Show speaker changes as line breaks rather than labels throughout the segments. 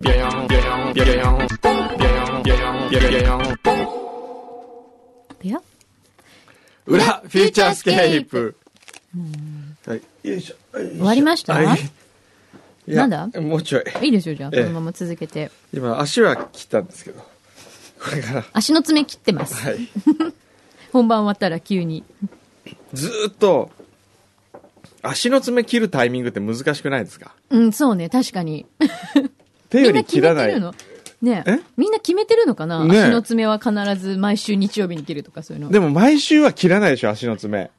ビヨヨンビヨヨンビヨヨンビヨヨンビヨヨンビヨヨン
いや
裏フューチャースケープはいよいしょ
終わりました
はいいや
なんだ
もうちょい
いいですよじゃあこ
ええ
のまま続けて
今足は切ったんですけどこれから
足の爪切ってます
はい
本番終わったら急に
ずーっと足の爪切るタイミングって難しくないですか
うんそうね確かに
手
み
よ
んな
り
決
切
め
ら
て
ない
るのね
え
みんな決めてるのかな、
ねえ
足の爪は必ず毎週日曜日に切るとかそういうの
でも毎週は切らないでしょ足の爪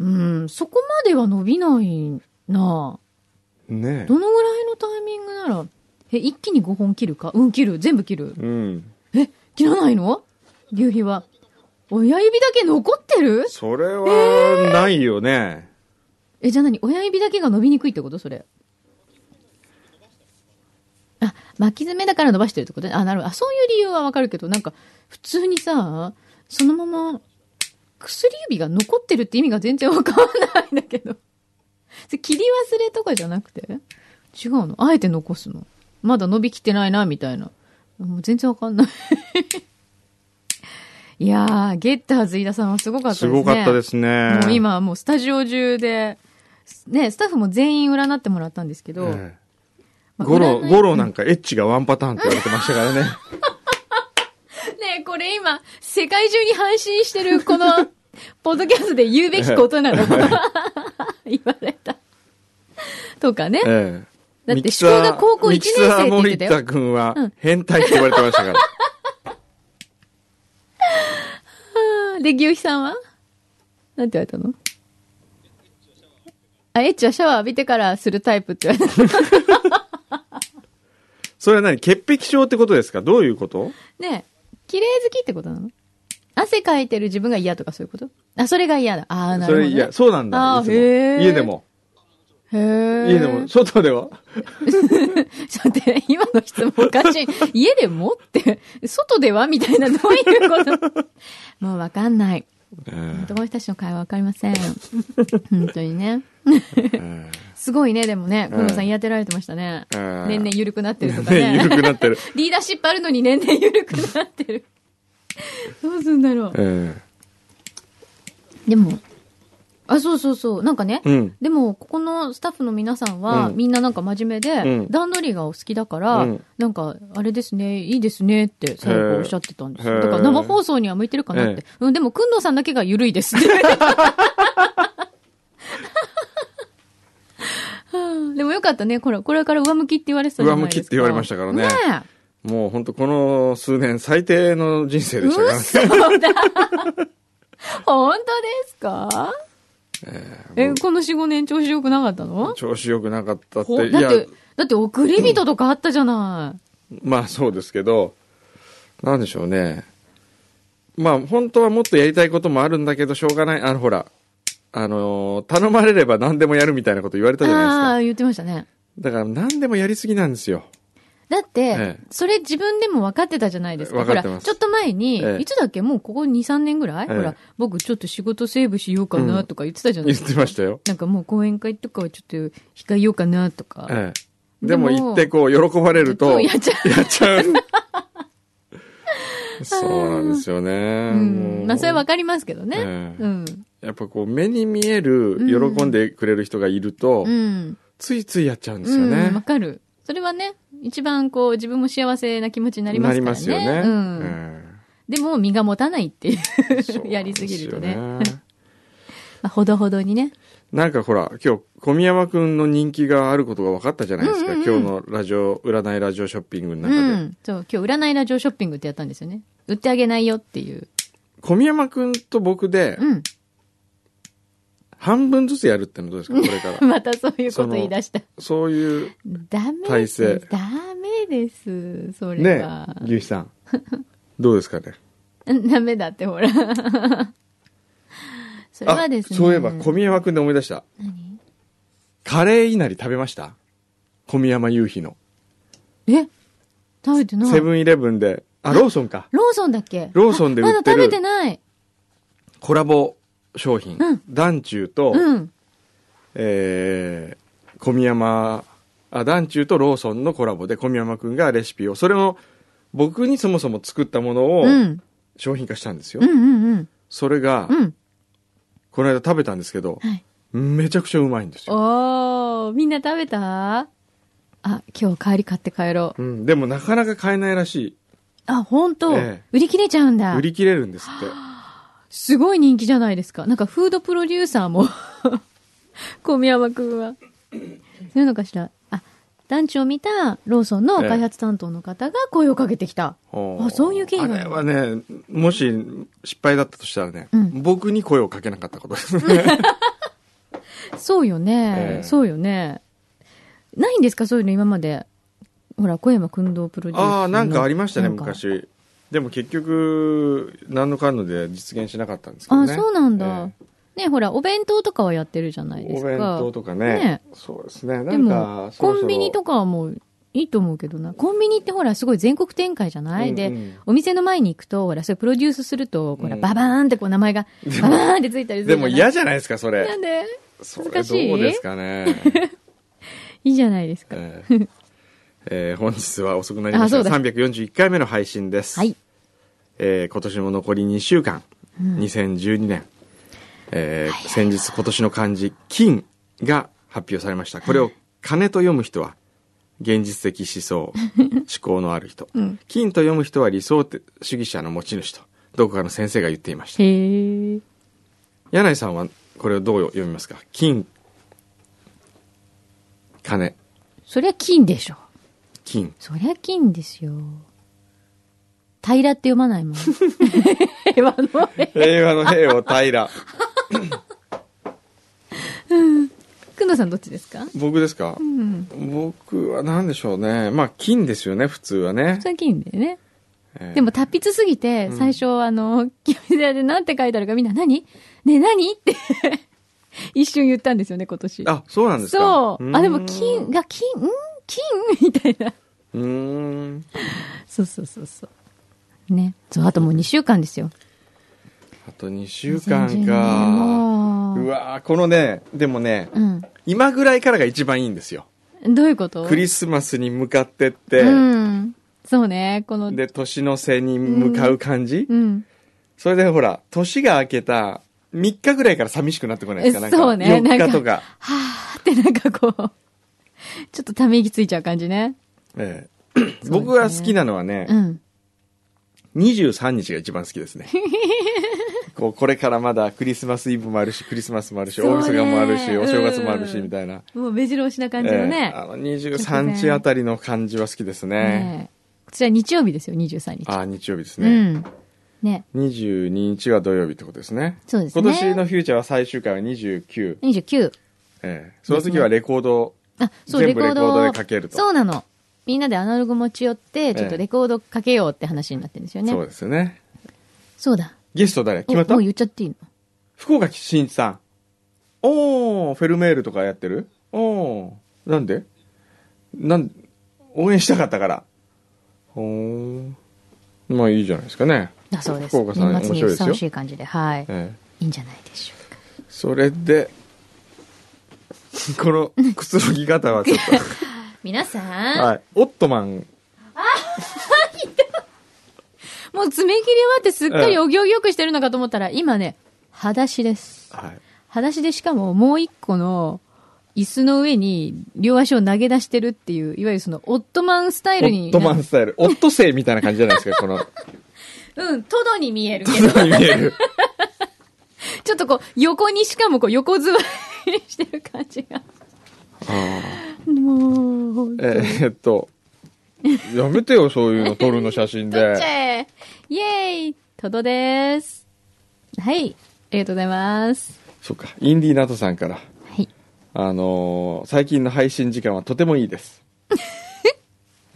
うんそこまでは伸びない
ね
などのぐらいのタイミングならえ一気に5本切るかうん切る全部切る
えうん
え切らないの牛皮は親指だけ残ってる
それはないよね
え、じゃあ何親指だけが伸びにくいってことそれ。あ、巻き爪だから伸ばしてるってことね。あ、なるほど。あ、そういう理由はわかるけど、なんか、普通にさ、そのまま、薬指が残ってるって意味が全然わからないんだけど。それ切り忘れとかじゃなくて違うのあえて残すのまだ伸びきってないな、みたいな。もう全然わかんない。いやー、ゲッターズ飯田さんはすごかったです
す
ね。
ごかったですね
もう今はもうスタジオ中で、ね、スタッフも全員占ってもらったんですけど、
ええ
まあ
ゴロ、
占い
ゴロなんかエッチがワンパターンって言われてましたからね。
ねこれ今、世界中に配信してるこの、 ポッドキャストで言うべきことなの 言われた。とかね。
ええ。
だっ
ミ
て
キサー
思考が高校一年生って言ってたよ
ミキサー森田君は変態って言われてましたか ら。
で、牛皮さんはなんて言われたのあ、エッチはシャワー浴びてからするタイプって言われた。
それは何潔癖症ってことですかどういうこと
ねえ、綺麗好きってことなの汗かいてる自分が嫌とかそういうことあ、それが嫌だ。ああ、な
そ
るほど、
れ、
ね。
いや、そうなんだ。
あ
い
ー
つも
へー
家でも。
へー
家でも、外で は。
ちょっと待って、今の質問おか しい。家でもって、外ではみたいな、どういうこともうわかんない。男の人たちの会話わかりません。本当にね。すごいね、でもね、
うん
河野さんやってられてましたね。
うん
年々緩くなってるとか
ね、 緩
ね。
くな ってる。
リーダーシップあるのに年々緩くなってる。どうすんだろう。
え
でも、あ、そうそうそう、なんかね、
えうん。
でも、ここのスタッフの皆さんは、
うん
みんななんか真面目で、
うん
段取りがお好きだから、
うん
なんか、あれですね、いいですねって最後おっしゃってたんです
へ
よ。
ー
だから生放送には向いてるかなっ
へ
て。うん、でも、くんどうさんだけが緩 いです って。でもよかったね。これ、これから上向きって言われてたじゃない
上向
ですか。
きって言われましたからね
ね
もう本当この数年最低の人生
え。
でしたからね。
嘘だ。 本当ですかえこの4、5年調子良くなかったの
調子良くなかったっ
ほ
て。い
だ
や
っ、て、だって送り人とかあったじゃない。
まあそうですけど、なんでしょうね。まあ本当はもっとやりたいこともあるんだけど、しょうがない。あのほら、あのー頼まれれば何でもやるみたいなこと言われたじゃ
あ
ない
あ、言ってましたね。
ですか。だから何でもやりすぎなんですよ。
だって、
ええ
それ自分でも分かってたじゃないですか。
分か
ほ
っ
ら、
て
ちょ
ま
っ
す
と前に、
ええ
いつだっけもうここ2、3年ぐらい、
ええ
ほら、僕ちょっと仕事セーブしようかなとか言ってたじゃない
言
で
っ
すか。
てましたよ。
なんかもう講演会とかはちょっと控えようかなとか。
ええ、で
で
も行
も
ってこう、喜ばれると、
やっちゃ
やっちゃ う。そうなんですよね。
う。う。
もうん
まあ、それは分かりますけどね。
ええ
うん。
やっぱこう、目に見える、喜んでくれる人がいると、
うん。
ついついやっちゃうんですよね。
うん、わかる。それはね、一番こう、自分も幸せな気持ちになりま
なり
すからね。
ますよね。
うん。 でも、身が持たないっていう、
ええ
やりすぎると
そう
ね。
なんですよね
まあ、ほどほどにね。
なんかほら、今日、小宮山くんの人気があることが分かったじゃないですか。
うんうんうん
今日のラジオ、占いラジオショッピングの
う
中で。
ん。そう、今日占いラジオショッピングってやったんですよね。売ってあげないよっていう。
小宮山くんと僕で、
うん。
半分ずつやるってのどうで すか、これから。
またそういうこと言い出した。
そういう、
ダメ
体
で
制
す。ダメです、それ
ね
は。
牛肥さん。どうですかね。
ダメだって、ほら。 それはですね。
そういえば、小宮山くんで思い出した。
何
カレーいなり食べました小宮山夕日の。
え食べてない。
セブンイレブンで、あ、ローソンか。
ローソンだっけ
ローソンで売ってる
あまだ食べてない。
コラボ商品。
うん
団中と、
うん。
えー小宮山、あ、団中とローソンのコラボで小宮山くんがレシピを、それも僕にそもそも作ったものを
うん。
商品化したんですよ。
うんうんうん。
それが、
うん。
この間食べたんですけど、
はい。
めちゃくちゃうまいんですよ。
おー、みんな食べたあ、今日帰り買って帰ろう。
うん、でもなかなか買えないらし
あ、本当、
ええ
売り切れちゃうん
い。
だ
売。り切れるんですって。
すごい人気じゃないですか。なんかフードプロデューサーも、 小宮山くんは。そういうのかしら。あ、団地を見たローソンの開発担当の方が声をかけてきた。
あ
あそういう経緯な
あ
んだ
れはね、もし失敗だったとしたらね、
うん
僕に声をかけなかったことですね。
そうよね、
ええ
そうよね。ないんですかそういうの今まで。ほら、小山くんどうプロデューサーの。
ああ、なんかありましたね、
なんか。
昔。でも結局、何のかんので実現しなかったんですけど
あ、
ね。
そうなんだ。
え
ねほら、お弁当とかはやってるじゃない
え
で
お
すか。
弁当とかね。
ね
そうですね。な
で
ん
も
か、、そろ
コ
そろ
ンビニとかはもういいと思うけどな。コンビニってほら、すごい全国展開じゃない、
うんう
で、
ん
お店の前に行くと、ほら、それプロデュースすると、ほら、
うん
ババーンってこう名前 が、ババーンってついたりす
で
るじゃ
も
ない
嫌じゃないですか、そ
な
れ。
んで
それ
難しい
どうですかね。
いいじゃないですか。
えええー本日は遅くなりました
あ
が
そう
341回目の配信です。
はい。
えー今年も残り2週間、2012年、えー先日今年の漢字「金」が発表されましたこれを「金」と読む人は現実的思 想思考のある人、金と読む人は理想主義者の持ち主とどこかの先生が言っていました
へえ。
柳井さんはこれをどう読みますか金金
そりゃ金でしょ。
金
そりゃ金ですよ。平って読まないも ん。平和の平。
平和の平を平
くんどさんどっちですか
僕ですか、
うん。
僕は何でしょうねまあ金ですよね普通はね
それは金だよね。
えー
でも達筆すぎて、
ん
最初、あの、 キャビネアで何て書いてあるかみんな、何ねえ、何って、 一瞬言ったんですよね、今年。
あ、そうなんですか。
そう。
ーん
あ、でも、金。が、金、ん金 みたいな。
うーん。
そうそうそうそう。ね。そう、あともう2週間ですよ。
あと2週間か。
2012
う
年も
わーこのね、でもね、
う
今ぐらいからが一番いいんですよ。
ん。どういうこと
クリスマスに向かってって、
うん。そうね、この、
で、年の瀬に向かう感じ、
うん。
それでほら、年が明けた3日ぐらいから寂しくなってこないですかなんか
そうねなんか
4日とか。
はーってなんかこう、ちょっとため息ついちゃう感じね。
ええ 僕が好きなのはね、
うん。
23日が一番好き ですね。こうこれからまだクリスマスイブもあるし、クリスマスもあるし、
そう
大
ね
晦日もあるし、お正月もあるし、
うん
みたいな。
もう目白押しな感じのね。
ええあの23日あたりの感じは好きですね。
ねえこちら日曜日ですよ、23日。
ああ、日曜日です
う
ね。
ん。ね。
22日は土曜日ってことですね。
そうですね。
今年のフューチャーは最終回は29。
29。
ええその時はレコード、
あ、そう、
全
レ
部
コード
レコード
を
でかけると
そうなの。みんなでアナログ持ち寄って、ちょっ
ええ
とレコードかけようって話になってるんですよね。
そうですよね。
そうだ。
ゲスト誰決まっ
お
た
もう言っちゃっていいの
福岡新一さん。おー、フェルメールとかやってるおー、なんでなん、応援したかったから。ほー。まあいいじゃないですかね。
だそうです。
福岡さん
年末に
面白いで
ふ
すよ
さわしい感じで、はい。
ええ
いいんじゃないでしょうか。
それで、このくつろぎ方はちょっ
皆さ
と、
ん、
はい。オットマン、
もう爪切り終わってすっかりお行儀よくしてるのかと思ったら、今ね、裸足です。
はい。
裸足でしかももう一個の椅子の上に両足を投げ出してるっていう、いわゆるそのオットマンスタイ
オ
ルに。
ットマンスタイル。オットセイみたいな感じじゃないですか、この、
うん、トドに見えるけど。
トドに見え る。
ちょっとこう、横にしかもこう、横座りしてる感じが。もう、ほんと
えーっと、やめてよ、そういうの撮るの写真
撮っち
で。
ゃえイェーイトドです。はい。ありがとうございます。
そうか、インディーナトさんから。
はい。
あのー最近の配信時間はとてもいいです。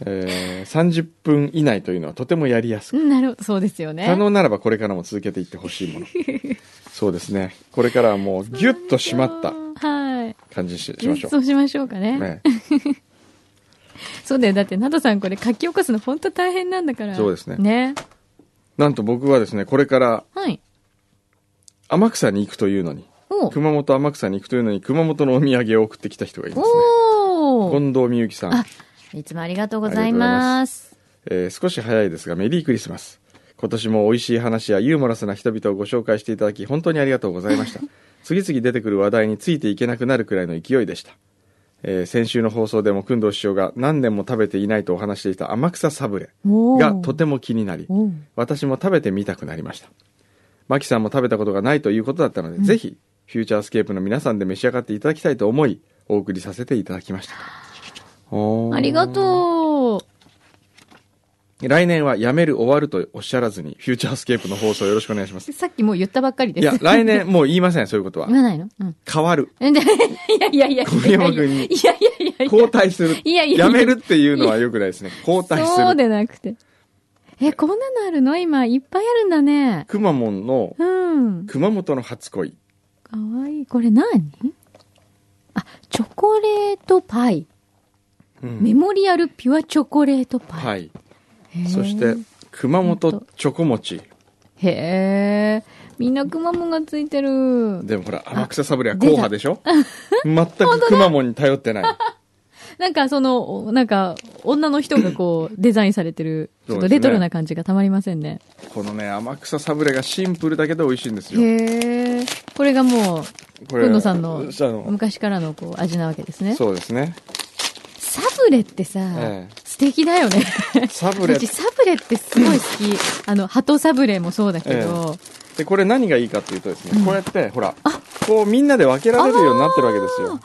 えー30分以内というのはとてもやりやすく
うんなるほどそうですよね
可能ならばこれからも続けていってほしい ものそうですねこれからはもうギュッと締まった
はい
感じにしし
ギュ
ましょ
ッとしましょうか
う、
ね
ね、
そうだよだってナドさんこれ書き起こすの本当大変なんだから
そうですね
ね
なんと僕はですねこれから
はい
天草に行くというのに
おう
熊本天草に行くというのに熊本のお土産を送ってきた人がいますね
おー
近藤美由紀さん
あ、いつもありがとうございます
えー少し早いですがメリークリスマス今年も美味しい話やユーモラスな人々をご紹介していただき本当にありがとうございました 次々出てくる話題についていけなくなるくらいの勢いでした、えー先週の放送でも工藤師匠が何年も食べていないとお話していた天草サブレ
おー
がとても気になり
おう
私も食べてみたくなりましたマキさんも食べたことがないということだったので、ぜひフューチャースケープの皆さんで召し上がっていただきたいと思いお送りさせていただきましたおー
ありがとう
来年はやめる終わるとおっしゃらずにフューチャースケープの放送よろしくお願い します
さっきもう言ったばっかりで
い
す
や来年もう言いませんそういうことは
言わないのうん。
変わる
でいやいやいや。
小山君に
いやいやいやいや。
交代する
いやいやいや
やめるっていうのはよくないですね交代す
そう
る
でなくて。え、こんなのあるの今、いっぱいあるんだね。
くまモンの
うん。
熊本の初恋
かわいい。これ何あ、チョコレートパイ。
うん
メモリアルピュアチョコレートパイ。
はい
へー
そして熊本チョコ餅
へえ。みんなくまモンがついてる。
でもほら天草サブレは硬派でしょ全くくまモンに頼ってない
なんかその、おなんか、女の人 がこう、デザインされてる、ちょっ
そ
と
うですね
レトロな感じがたまりませんね。
このね天草サブレがシンプルだけど美味しいんですよ
へえ。これがもう、
これ
くんどさんの
あの
昔からのこう味なわけですね。
そうですね
サブレってさ、
ええ
素敵だよね。
サブレ
私サブレってすごい好き。あの、鳩サブレもそうだけど、
でこれ何がいいかっていうとですね、こうやってほらこうみんなで分けられるようになってるわけですよ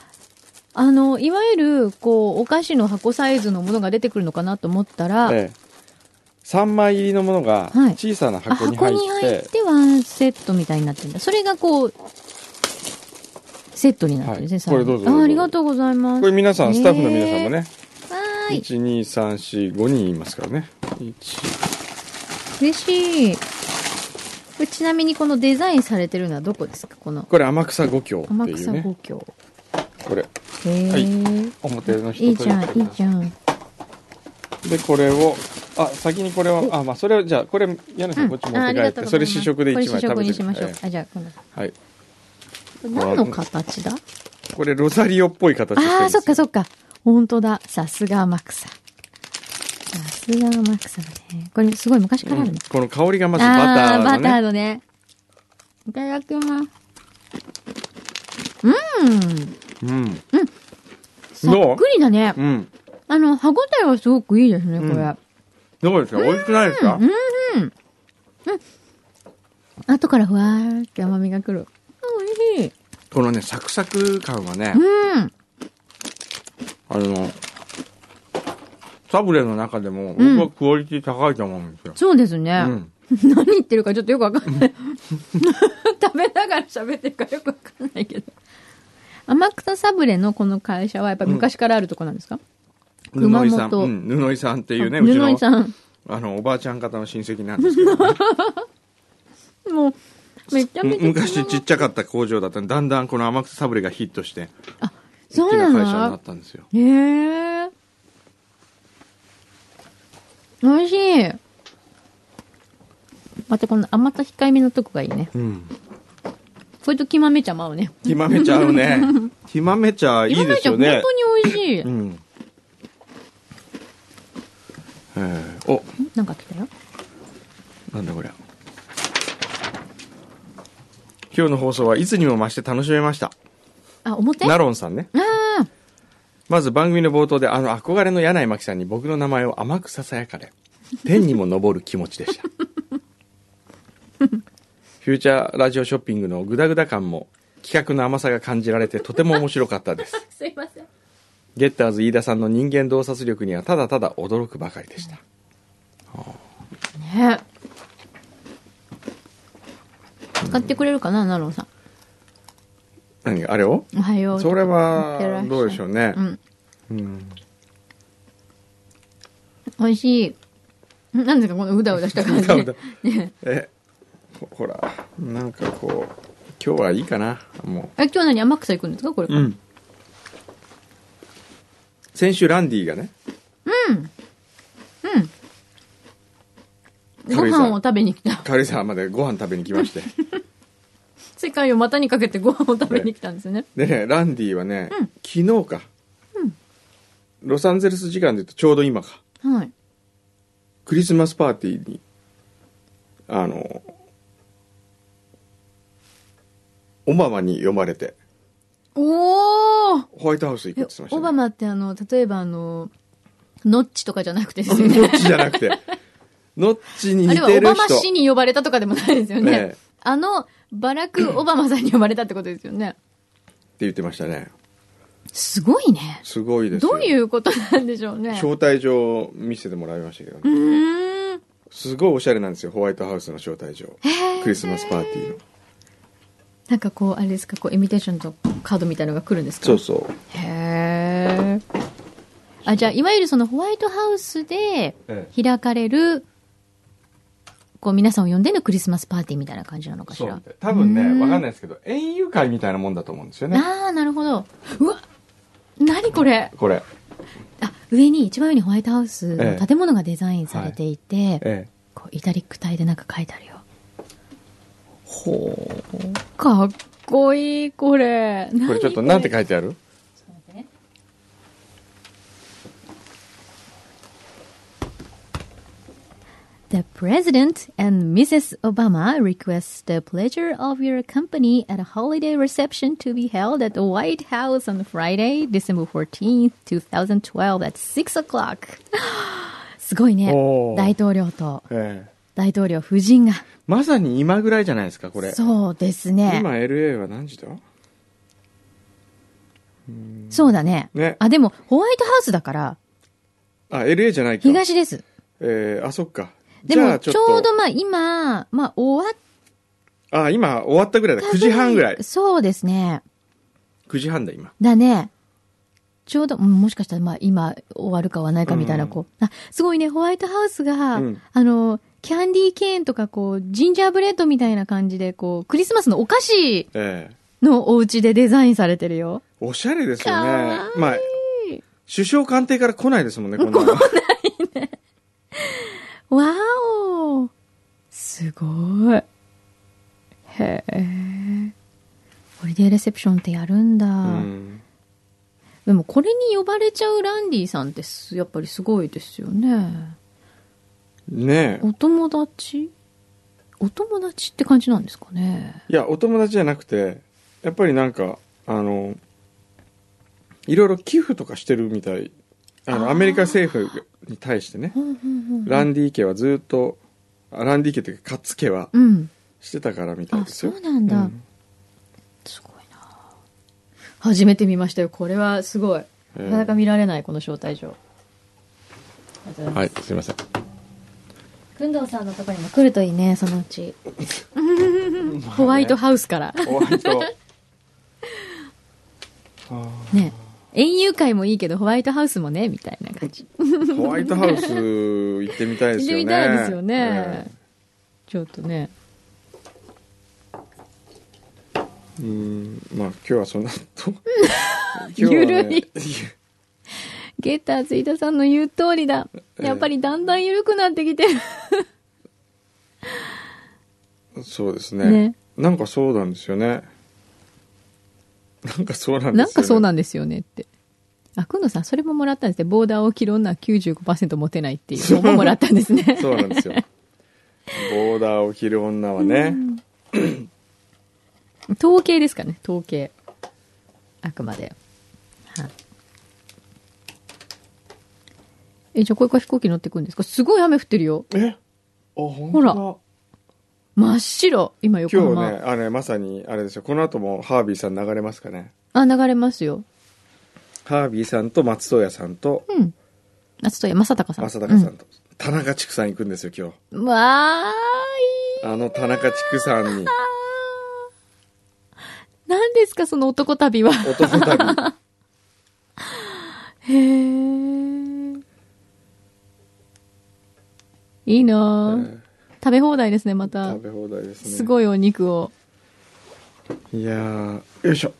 あの、いわゆる、こう、お菓子の箱サイズのものが出てくるのかなと思ったら、
ええ、3枚入りのものが
はい
小さな
あ
箱に
箱
入っ
に
て,、
入ってワンセットみたいになってるんだ。それがこう、セットになってるんですね、
はい
サブレ
これどうぞどうぞ
あありがとうございます。
これ皆さんスタッフの皆さんもね、
わーい。
12345人いますからね1
嬉しい。これちなみにこのデザインされてるのはどこですかこの
これ天草五郷っ
天
ていう
草
ね
五郷。
これ
へえ、
はい
い。
表の人
いいじゃん、いいじゃん。
でこれをあ先にこれをあまあそれをじゃあこれ柳さんこっち持
ああ
っ
り
て帰
が
っ
と
て、
うござ
そ
いま
れ
す
試食で一枚
こ
食べ
れ試食
て
にしましょう。
え
あ、じゃあ、この。こ
えはい
れ何の形だ
これロザリオっぽい形してるんですよ
ああ、そっかそっか。本当だ。さすが天草。さすが天草だね。これすごい昔からあるね。
この香りがまずバ
ああ
ターの
バター
ね
のね。いただきます。うん。
うん
さっくりだね。
うん
あの、歯ごたえはすごくいいですね、これ。
うんどうですか美味しくないですか
後からふわーって甘みがくる。あ、美味しい。
このねサクサク感はね
うん。
あのサブレの中でも僕はクオリティ高いと思うんですよ
そうです
う
ね。
ん
何言ってるかちょっとよくわかんない。 食べながら喋ってるからよくわかんないけど。天草サブレのこの会社はやっぱり昔からあるとこなんですか、熊
布
本
井さんうん布井さんっていうね
あ
うち
布井
の
さん。
あのおばあちゃん方の親戚なんですけどね
もう、めちゃめ
む
ちゃ。
昔ちっちゃかった工場だったんでだんだんこの天草サブレがヒットして
そ
大
う
きな
な
会社にな
の
ったんですよ
へえ。美味しい。またこの甘さ控えめのとこがいいね。
うん
これときまめ茶も合うね。
ひまめ茶合うねひまめ茶いいですよ
きまめ茶
ね
本当に美味しい。
うんえーお
なんか来たよ。
なんだこりゃ。今日の放送はいつにも増して楽しめました。
あ、表
ナ
あ
ロンさんね。
あ。
まず番組の冒頭であの憧れの柳井真紀さんに僕の名前を甘くささやかれ、天にも昇る気持ちで した。フューチャーラジオショッピングのグダグダ感も企画の甘さが感じられてとても面白かったです。
すいません。
ゲッターズ飯田さんの人間洞察力にはただただ驚くばかりでした。
ね使ってくれるかな、ナロンさん。
何があれを
おはよう。
それ
いってらっしゃ
はいどうでしょうね
う。ん。
うん
美味しい。なんですか、このうだうだした感じ。
うだうだ
ね
えほほらなんかこう今日はいいかなも
え、今日何天草行くんですかこれ。
ううん先週ランディがねうんうん
ご飯を食べに来た。
軽井沢までご飯食べに来 まして
世界を股にかけてご飯を食べに来たんですよね。
でねランディはね、昨日か、ロサンゼルス時間で言うとちょうど今か
はい。
クリスマスパーティーにあのオバマに読まれて
おー
ホワイトハウス行く
え
って言ってました、ね、
オバマってあの、例えばあの、ノッチとかじゃなくてですよね。
ノッチじゃな くて。ノッチに
あ
似
れは
て
オ
る
バマ氏
人。
に呼ばれたとかでもないですよね。
ええ
あの、バラク・オバマさんに呼ばれたってことですよね。
って言ってましたね。
すごいね。
すごいですよ。
どういうことなんでしょうね。
招待状を見せてもらいましたけど
う
ね。
ーん。
すごいおしゃれなんですよ、ホワイトハウスの招待状。クリスマスパーティーの。
なんかこう、あれですか、こう、イミテーションとカードみたいのが来るんですか
そうそう。
へえ。あ、じゃあ、いわゆるそのホワイトハウスで開かれる、こう、皆さんを呼んでのクリスマスパーティーみたいな感じなのかしら。
多分ね、わかんないですけど、園遊会みたいなもんだと思うんですよね。
ああ、なるほど。うわ何これ
これ。
あ、上に、一番上にホワイトハウスの
ええ
建物がデザインされていて、
え
こうイタリック体でなんか書いてあるよ。ほう。かっこいい、これ。
え。これちょっと、なんて書いてある
何 The President and Mrs. Obama requests the pleasure of your company at a holiday reception to be held at the White House on Friday, December 14th, 2012 at 6 o'clock. すごいね
おー。
大統領と
ええ。
大統領夫人が。
まさに今ぐらいじゃないですか、これ。
そうですね。
今 LA は何時だ
そうだね。
ね
あ、でも、ホワイトハウスだから、
あ、LA じゃないか。
東です。
ええ、あ、そっか。
で
じゃ
も、
あ
ち
ち
ょ
ょっと
うどまあ今、まあ終わっ
あ、今終わったぐらいだ。
た。
9時半ぐらい。
そうですね。
9時半だ、今。
だね。ちょうど、うんもしかしたらまあ今終わるかはないかみたいな、
うん
こう。あ、すごいね、ホワイトハウスが、
うん
あの、キャンディーケーンとかこう、ジンジャーブレッドみたいな感じで、こう、クリスマスのお菓子
ええ
のお家でデザインされてるよ。
おしゃれですよ
か
ね
わ。いい
まあ、首相官邸から来ないですもんね、こんなの。
わおすごい。へえ。ホリデーレセプションってやるんだ。
うん
でもこれに呼ばれちゃうランディさんってすやっぱりすごいですよね。
ねえ。
お友達お友達って感じなんですかね。
いや、お友達じゃなくて、やっぱりなんか、あの、いろいろ寄付とかしてるみたい。あの、アメリカ政府に対してね、ランディ家はずっと、あランディ家というか、カッツ家は
うん。
してたからみたい
あ、
です
そ
よ。
うなんだ。
うん
すごいな。初めて見ましたよ。これはすごい。
え
なかなか見られない、この招待状。ありがとうございます
はい、すいません。
くんどうさんのとこにも来るといいね、そのうち。ホワイトハウスから。
ホワイ ト。
ね。園遊会もいいけど、ホワイトハウスもね、みたいな感じ。
ホワイトハウス行ってみたいで
行っ
す
て
よね。
みたいですよね。
ええ
ちょっとね。
うーんまあ今日はそんな と今日はね
ゆるいゲッターズ飯田さんの言う通りだ。
え
やっぱりだんだん緩くなってきてる。
そうですね
ね
なんかそうなんですよねなんかそうなんですよ、ね、
なんかそうんなんですよねって。あ、くんどうさん、それももらったんですね。ボーダーを着る女は95%持てないっていうのももらったんですね。
そうなんですよボーダーを着る女はね
統計ですかね統計あくまで、はいえじゃあこれから飛行機乗ってくんですかすごい雨降ってるよ
えあ本
ほ
当だ
ら真っ白今横
今
浜、
日ねあれまさにあれですよこの後もハービーさん流れますかね
あ流れますよ
ハービーさんと松任谷さんと
うんあちょっと山坂さん
正隆さんと、田中畜さん行くんですよ今
うん、わ
日あの田中畜さんに
ーい何ですかその男旅は
男旅
へえいいなぁ、
えー
食べ放題ですね、また
食。べ放題ですね
すごいお肉を。
いやーよいしょ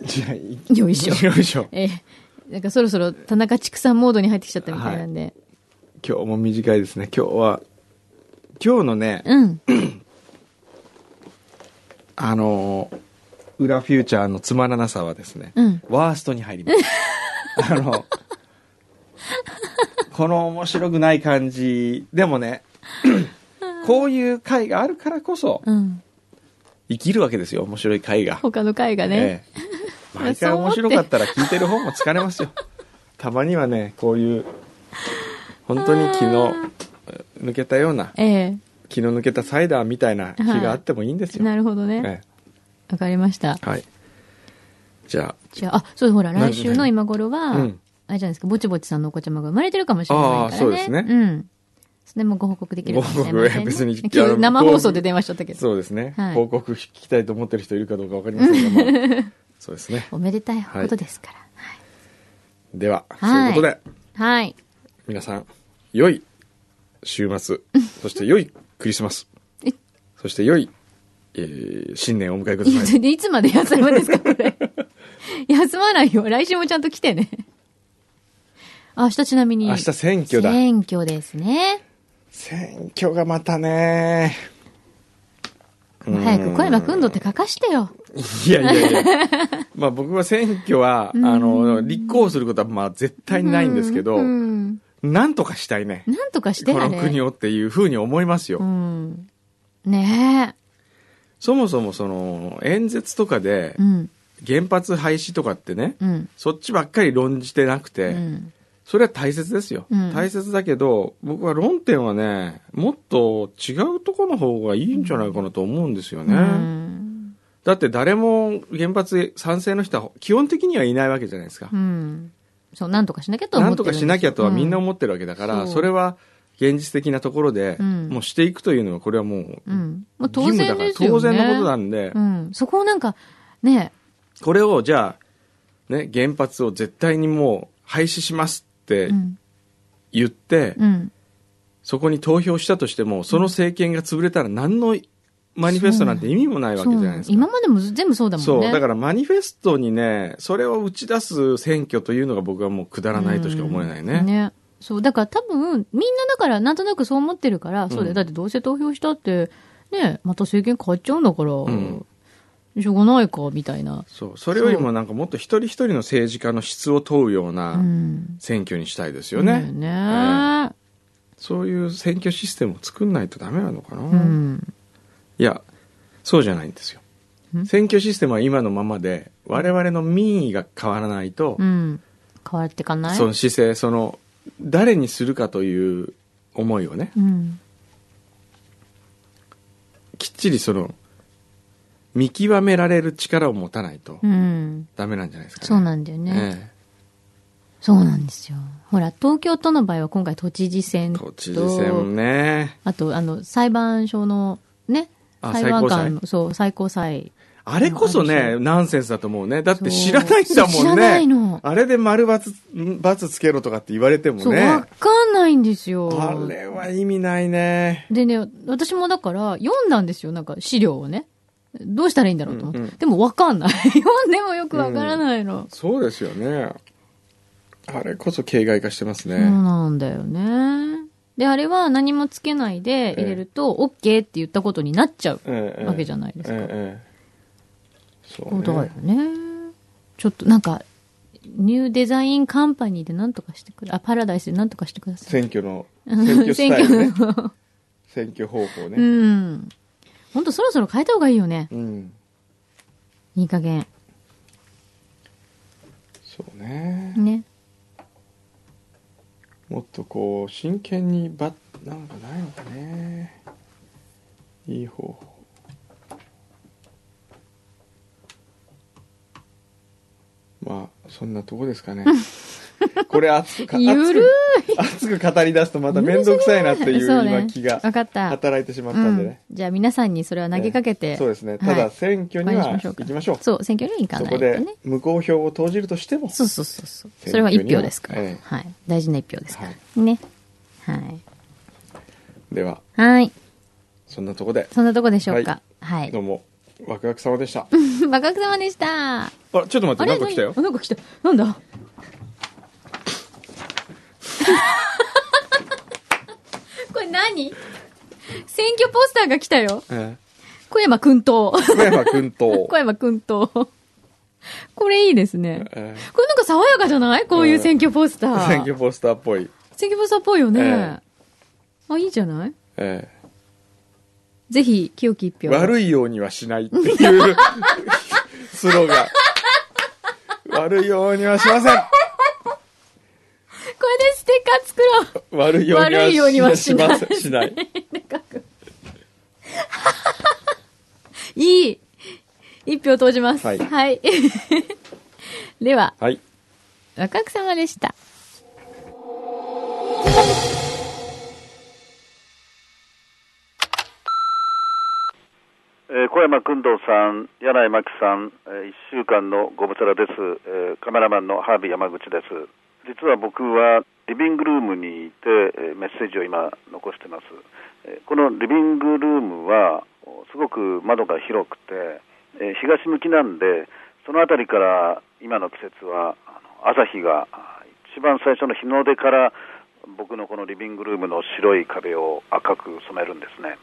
じゃあい
よいしょ
よいしょ
えーなんかそろそろ田中畜産モードに入ってきちゃったみたいなんで。
今日も短いですね今日は今日のね
うん。
あのー裏フューチャーのつまらなさはですね、
うん
ワーストに入ります あのこの面白くない感じでも ねこういう回があるからこそ
うん。
生きるわけですよ面白い回が、
他の回が
え
ね。
え毎回面白かったら聞いてる方も疲れ ますよたまにはねこういう本当に気の抜けたような
ええ
気の抜けたサイダーみたいな気があってもいいんですよ、
なるほどね。わ、
え
かりました
え。はいじゃあ
じゃあ、あ、そう、ほら、
何
来週の今頃は、
うん
あれじゃないですか、ぼちぼちさんのお子ちゃまが生まれてるかもしれないから、ね。
あーそうですね
うん。それもご報告できるかもしれません、ね。
ご報告別に
今
あの
日生放送で電話しちゃったけど。
そうですね、
はい
報告聞きたいと思ってる人いるかどうか分かりませんが、まあ、 そうですね
おめでたいことですから。はい。
では、
はい
そういうことで
はい。
皆さん良い週末そして良いクリスマス
え
そして良い、えー新年をお迎えくだ
いや
さい
でいつまで休むんですか、こ れ。休まないよ。来週もちゃんと来てね。あ明日ちなみに。
明日選挙だ
選挙ですね。
選挙がまたね
早く小山くんどって書かしてよ。
いやいやいや まあ僕は選挙はあの立候補することはまあ絶対にないんですけど、
うん
なんとかしたいね
なんとかして
こ
あ
の
れ
国をっていうふうに思いますよ、
うん。ね
そもそもその演説とかで
え。うん。
原発廃止とかってね、
うん。
そっちばっかり論じてなくて、
うん。
それは大切ですよ、
うん
大切だけど僕は論点はねもっと違うとこの方がいいんじゃないかなと思うんですよね、
うん
だって誰も原発賛成の人は基本的にはいないわけじゃないですか
う、ん。そう、なんとかしなきゃとは
な
思
ん
っ
と
てるん
か
です
しなきゃとはみんな
うん
思ってるわけだから、
うんそう
それは現実的なところで、
うん
もうしていくというのはこれはもう
うん。まあ
義
当
務だ
然
から、
ですよね。
当然のことなんで、
うん。そこをなんか、ね
これをじゃあ、ね、原発を絶対にもう廃止しますって
え。うん。
言って、
うん。
そこに投票したとしてもその政権が潰れたら何のマニフェストなんて意味もないわけじゃないです
そう
か。
今までも全部そうだもんね。
そうだからマニフェストにねそれを打ち出す選挙というのが僕はもうくだらないとしか思えないね。
うんね。そう、だから多分、みんなだからなんとなくそう思ってるから、そうだ
う
よ。
ん
だってどうせ投票したって、ね、また政権変わっちゃうんだから、
ん
しょうがないか、みたいな。
そうそれよりもなんかもっと一人一人の政治家の質を問うよう
う。
なん選挙にしたいですよ
だ
ね、
ね。
そういう選挙システムを作んないとダメなのかな、
うん。
いやそうじゃないんですよ
ん
選挙システムは今のままで我々の民意が変わらないと、
うん。変わってかない
その姿勢その誰にするかという思いをね
うん。
きっちりその見極められる力を持たないと
うん。
ダメなんじゃないですか、ね
そうなんだよね。
ええ
そうなんですよ。ほら、東京都の場合は今回都知事選と、
都知事選ね
あと、あの、裁判所のね、
あ
裁判
最高
官の、そう、最高裁。
あれこそ
ある
ね、
種
ナンセンスだと思うね。だって
そう
知らないんだもんね。
知らないの
あれで丸×、×つけろとかって言われても
そう、わ
ね。
かんないんですよ。
あれは意味ないね。
でね、私もだから読んだんですよ、なんか資料をね。どうしたらいいんだろうと思って。
うんうん
でもわかんない。 読んでもよくわからないの。
そうですよね。あれこそ形骸化してますね。
そうなんだよね。で、あれは何もつけないで入れると、OK って言ったことになっちゃうわけじゃないですか。
ええええそう、
そう
ね。
だよね。ちょっとなんか、ニューデザインカンパニーで何とかしてくれ、あ、パラダイスで何とかしてください。
選挙 の、選挙スタイルね。
選挙の。
選挙方法
う
ね。
ん。ほんとそろそろ変えた方がいいよね。
うん。
いい加減。
そうね。
ね。
もっとこう、真剣にば、なんかないのかね。いい方法。まあ、そんなとこです かね。これ熱くか、
ゆる
熱く、熱く語り出すとまた面倒くさいなっていう
そうね
今気が
わかった。
働いてしまったんで
うん
ね。
じゃあ皆さんにそれは投げかけて。
そうですね。た
は
だ
い
選挙に
お
は
願
い
しましょうか
行きましょう。
そう、選挙には行か
そ
ないと
こで
ね。
無効票を投じるとしても、
そうそうそうそう。
選挙には
それは一票ですから
ええ。
はい。大事な一票ですか
は
ら。ね。はい。
では、
はい。
そんなとこで、
そんなとこでしょうか。はい。
どうも、ワクワク様でした。
バカくさまでした。あ
あ、ちょっと待って、な
れ
んか来たよ
何。なんか来た。なんだ これ何選挙ポスターが来たよ。
え
小山君と。
え小山君 と
小、山君と。これいいですね。
え
これなんか爽やかじゃないこういう選挙ポスタ
え
ー。
選挙ポスターっぽい。
選挙ポスターっぽいよね。
え
あ、いいじゃない
え
ぜひ、清き一
え
票。
悪いようにはしないって いうスローが。悪いようにはしません
これでステッカー作ろう。
悪いようには
悪いようにはし
し
ない
ませんしない。
いい。一票投じます。は。
はいい
では、
はい。
若草様でした。
えー小山君堂さん、柳井真紀さん、えー、1週間のご無沙汰です、えーカメラマンのハービー山口です。実は僕はリビングルームにいて、えーメッセージを今残してます、えーこのリビングルームはおすごく窓が広くて、えー東向きなんでその辺りから今の季節はあの朝日があ一番最初の日の出から僕のこのリビングルームの白い壁を赤く染めるんですね。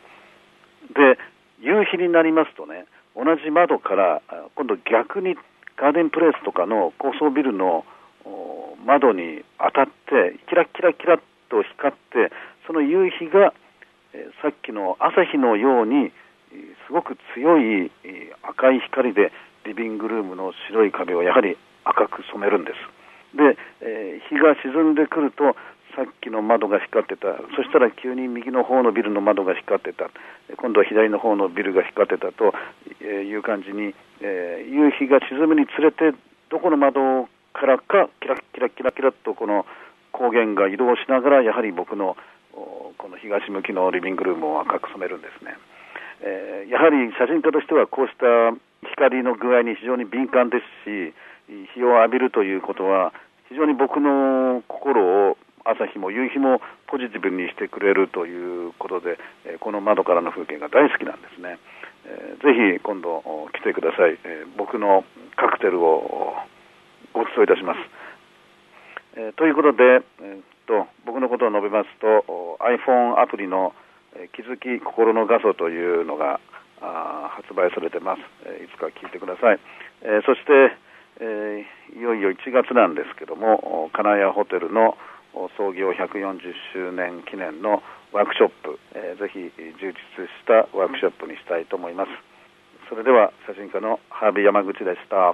で夕日になりますとね同じ窓からあ今度逆にガーデンプレイスとかの高層ビルのお窓に当たってキラキラキラっと光ってその夕日がえーさっきの朝日のようにえーすごく強いえー赤い光でリビングルームの白い壁をやはり赤く染めるんです。で、えー日が沈んでくるとさっきの窓が光ってたそしたら急に右の方のビルの窓が光ってた今度は左の方のビルが光ってたとえーいう感じに、えー夕日が沈むにつれてどこの窓からかキラッキラキラキラっとこの光源が移動しながらやはり僕のおこの東向きのリビングルームを赤く染めるんですね。えーやはり写真家としてはこうした光の具合に非常に敏感ですし日を浴びるということは非常に僕の心を朝日も夕日もポジティブにしてくれるということで、えーこの窓からの風景が大好きなんですね、えーぜひ今度お来てください、えー僕のカクテルをおご馳走いたします、えーということで、えーっと僕のことを述べますとお iPhone アプリの、えー気づき心の画素というのがあー発売されてます、えーいつか聞いてください、えーそして、えーいよいよ1月なんですけどもお金谷ホテルのお創業140周年記念のワークショップ、えーぜひ充実したワークショップにしたいと思いますそれでは写真家のハービー山口でした